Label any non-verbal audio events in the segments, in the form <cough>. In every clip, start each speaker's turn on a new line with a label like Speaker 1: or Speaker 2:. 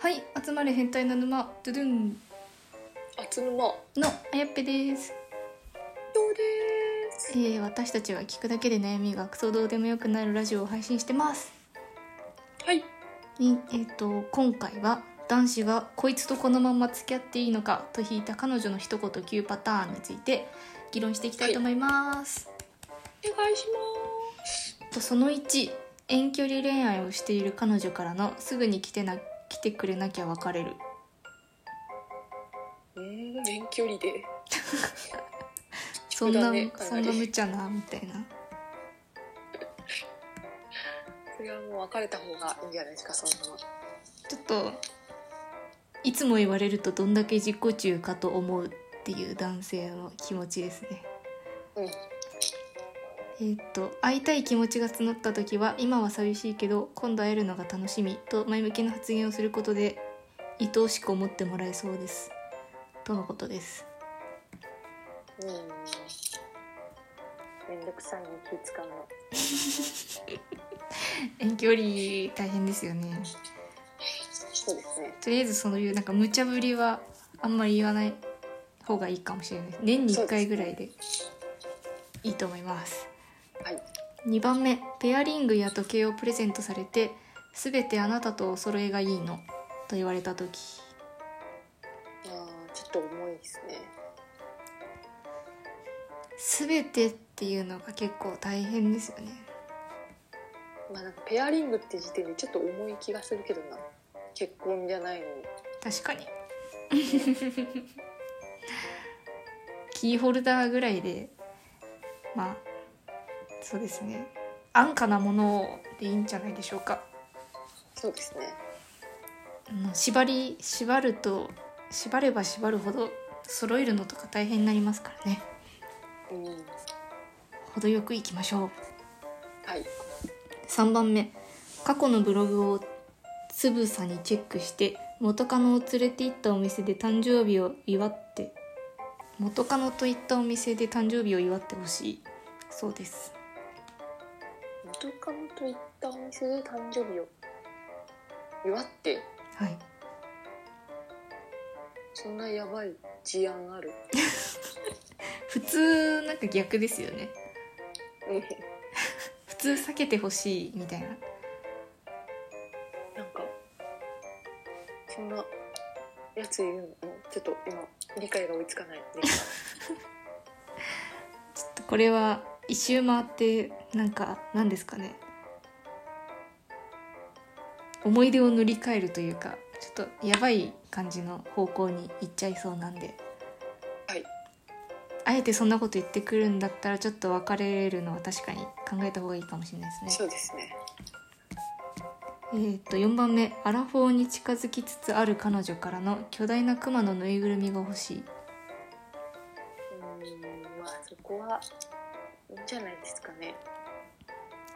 Speaker 1: はい集まれ変態な沼ドゥドゥン
Speaker 2: あつぬまよ
Speaker 1: のあやっぺです、
Speaker 2: うです
Speaker 1: えー、私たちは聞くだけで悩みがクソどうでもよくなるラジオを配信してます
Speaker 2: はい
Speaker 1: にえっ、と今回は男子がこいつとこのまま付き合っていいのかと引いた彼女の一言9パターンについて議論していきたいと思います、
Speaker 2: お願いします
Speaker 1: とその1遠距離恋愛をしている彼女からのすぐに来てな来てくれなきゃ別れる
Speaker 2: うーん遠距離で
Speaker 1: <laughs> そん
Speaker 2: そ
Speaker 1: な、
Speaker 2: うだねか
Speaker 1: そ
Speaker 2: なんり
Speaker 1: な無茶なみたいな
Speaker 2: それはもう別れた方がいいんじゃないですかそんなの
Speaker 1: ちょっといつも言われるとどんだけ実行中かと思うっていう男性の気持ちですね
Speaker 2: うん
Speaker 1: えーっと会いたい気持ちが募った時は今は寂しいけど今度会えるのが楽しみと前向きな発言をすることで愛おしく思ってもらえそうですとのことです
Speaker 2: うんめんどくさいね気使うの
Speaker 1: 遠距離大変ですよね
Speaker 2: そうですね
Speaker 1: とりあえずそういうなんか無茶ぶりはあんまり言わない方がいいかもしれない年に1回ぐらいでいいと思います
Speaker 2: はい
Speaker 1: 2番目ペアリングや時計をプレゼントされて「すべてあなたとお揃いがいいの」と言われた時
Speaker 2: あーちょっと重いですね
Speaker 1: 「すべて」っていうのが結構大変ですよね
Speaker 2: まあなんかペアリングって時点でちょっと重い気がするけどな結婚じゃないのに
Speaker 1: 確かに <laughs> キーホルダーぐらいでまあそうですね安価なものをでいいんじゃないでしょうか
Speaker 2: そうですね
Speaker 1: うん縛り縛ると縛れば縛るほど揃えるのとか大変になりますからね
Speaker 2: うん
Speaker 1: 程よくいきましょう
Speaker 2: はい
Speaker 1: 3番目過去のブログをつぶさにチェックして元カノを連れて行ったお店で誕生日を祝って元カノと行ったお店で誕生日を祝ってほしいそうです
Speaker 2: 元カノと行ったお店で誕生日を祝って
Speaker 1: はい
Speaker 2: そんなやばい事案ある
Speaker 1: 普通なんか逆ですよね
Speaker 2: うん
Speaker 1: 普通避けてほしいみたいな
Speaker 2: なんかそんなやついるのちょっと今理解が追いつかないんで
Speaker 1: ちょっとこれは一周回ってなんか何ですかね思い出を塗り替えるというかちょっとやばい感じの方向に行っちゃいそうなんで
Speaker 2: はい
Speaker 1: あえてそんなこと言ってくるんだったらちょっと別れるのは確かに考えた方がいいかもしれないですね。
Speaker 2: そうですね
Speaker 1: えー、と4番目アラフォーに近づきつつある彼女からの巨大なクマのぬいぐるみが欲しい。
Speaker 2: うんまあそこはいいんじゃないですかね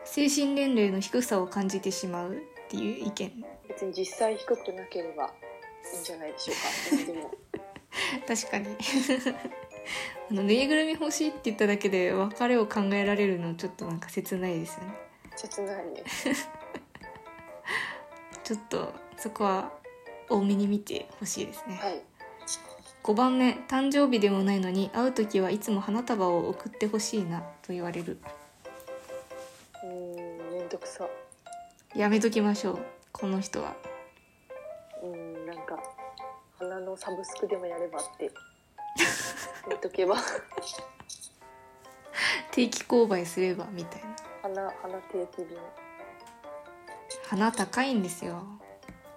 Speaker 1: 精神年齢の低さを感じてしまうっていう意見
Speaker 2: 別に実際低くなければいいんじゃないでしょうかでも
Speaker 1: 確かに <laughs> あのぬいぐるみ欲しいって言っただけで別れを考えられるのちょっとなんか切ないですよね
Speaker 2: 切ないね
Speaker 1: ちょっとそこは多めに見てほしいですね、
Speaker 2: はい
Speaker 1: 5番目誕生日でもないのに会う時はいつも花束を送ってほしいなと言われる
Speaker 2: うん面倒くさ
Speaker 1: やめときましょうこの人は
Speaker 2: うんなんか花のサブスクでもやればって言っとけば
Speaker 1: 定期購買すればみたいな
Speaker 2: 花花定期便
Speaker 1: 花高いんですよ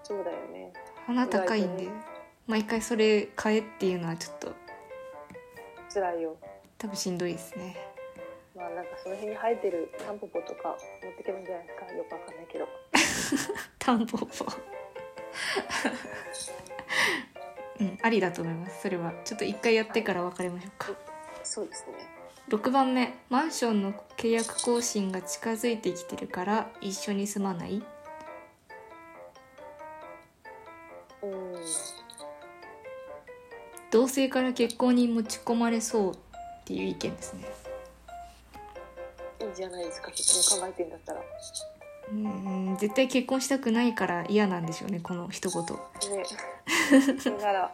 Speaker 2: そうだよね
Speaker 1: 花高いん
Speaker 2: 意
Speaker 1: で
Speaker 2: 外とね
Speaker 1: 毎回それ買えっていうのはちょっと
Speaker 2: 辛いよ
Speaker 1: 多分しんどいですね
Speaker 2: まあなんかその辺に生えてるタンポポとか持ってけばいいんじゃないですかよくわかんないけど
Speaker 1: タンポポうんありだと思いますそれはちょっと一回やってから別れましょうか
Speaker 2: そうですね
Speaker 1: 6番目マンションの契約更新が近づいてきてるから一緒に住まないう
Speaker 2: ーん
Speaker 1: 同性から結婚に持ち込まれそうっていう意見ですね
Speaker 2: いいじゃないですか結婚考えてんだったら
Speaker 1: うん絶対結婚したくないから嫌なんでしょうねこの一言
Speaker 2: ねだから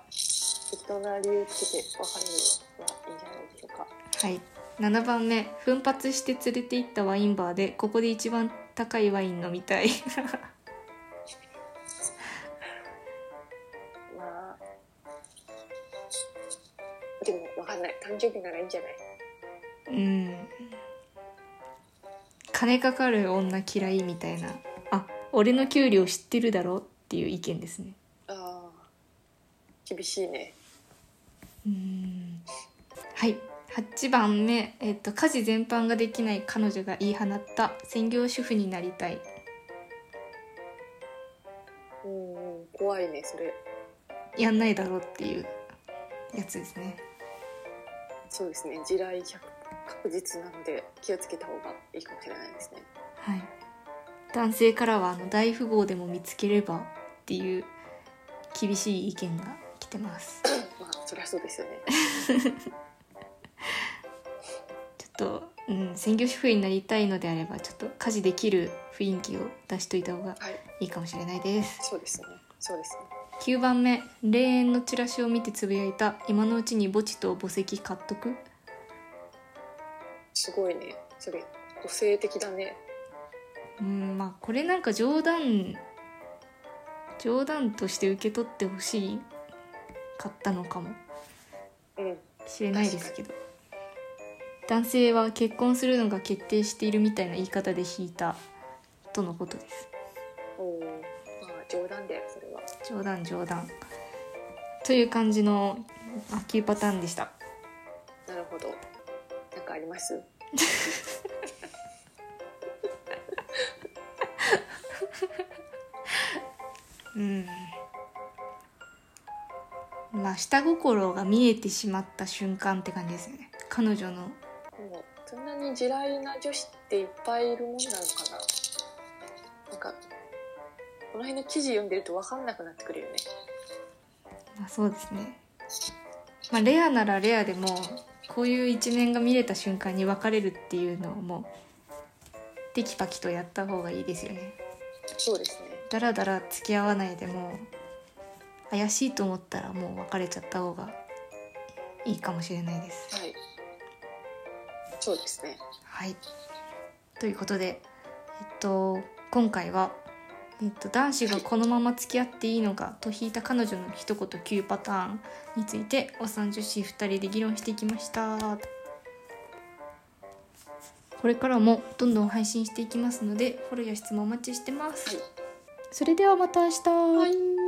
Speaker 2: 適当な理由つけて別れるのはいいんじゃないでしょうか
Speaker 1: はい7番目奮発して連れて行ったワインバーでここで一番高いワイン飲みたい
Speaker 2: まあでもわかんない誕生日ならいいんじゃない
Speaker 1: うん金かかる女嫌いみたいなあ俺の給料知ってるだろっていう意見ですね
Speaker 2: あー厳しいね
Speaker 1: うんはい8番目、えっと、家事全般ができない彼女が言い放った専業主婦になりたい
Speaker 2: うんうん怖いねそれ
Speaker 1: やんないだろうっていうやつですね
Speaker 2: そうですね地雷100確実なので気をつけた方がいいかもしれないですね <coughs>
Speaker 1: はい男性からはあの大富豪でも見つければっていう厳しい意見が来てます
Speaker 2: まあそりゃそうですよね
Speaker 1: ちょっと、うん、専業主婦になりたいのであればちょっと家事できる雰囲気を出しといた方が
Speaker 2: はい
Speaker 1: いいかもしれないです
Speaker 2: そうですねそうですね
Speaker 1: 9番目霊園のチラシを見てつぶやいた今のうちに墓地と墓石買っとく
Speaker 2: すごいねそれ個性的だね
Speaker 1: うんまあこれなんか冗談冗談として受け取ってほしい買ったのかも
Speaker 2: うん
Speaker 1: しれないですけど男性は結婚するのが決定しているみたいな言い方で引いたとのことです
Speaker 2: おおまあ冗談だよそれは
Speaker 1: 冗談冗談という感じの9パターンでした
Speaker 2: なるほどなんかあります
Speaker 1: うんまあ下心が見えてしまった瞬間って感じですよね彼女の
Speaker 2: でもそんなに地雷な女子っていっぱいいるもんなのかななんかこの辺の記事読んでると分かんなくなってくるよね
Speaker 1: まあそうですねまあレアならレアでもこういう一面が見れた瞬間に別れるっていうのをもうテキパキとやった方がいいですよね
Speaker 2: そうですね
Speaker 1: だらだら付き合わないでもう怪しいと思ったらもう別れちゃった方がいいかもしれないです。
Speaker 2: はいそうですね
Speaker 1: はい、ということで、えっと、今回は、えっと、男子がこのまま付き合っていいのかと引いた彼女の一言9パターンについてお三女子2人で議論していきました。これからもどんどん配信していきますのでフォローや質問お待ちしてます。
Speaker 2: はい
Speaker 1: それではまた明日。
Speaker 2: はい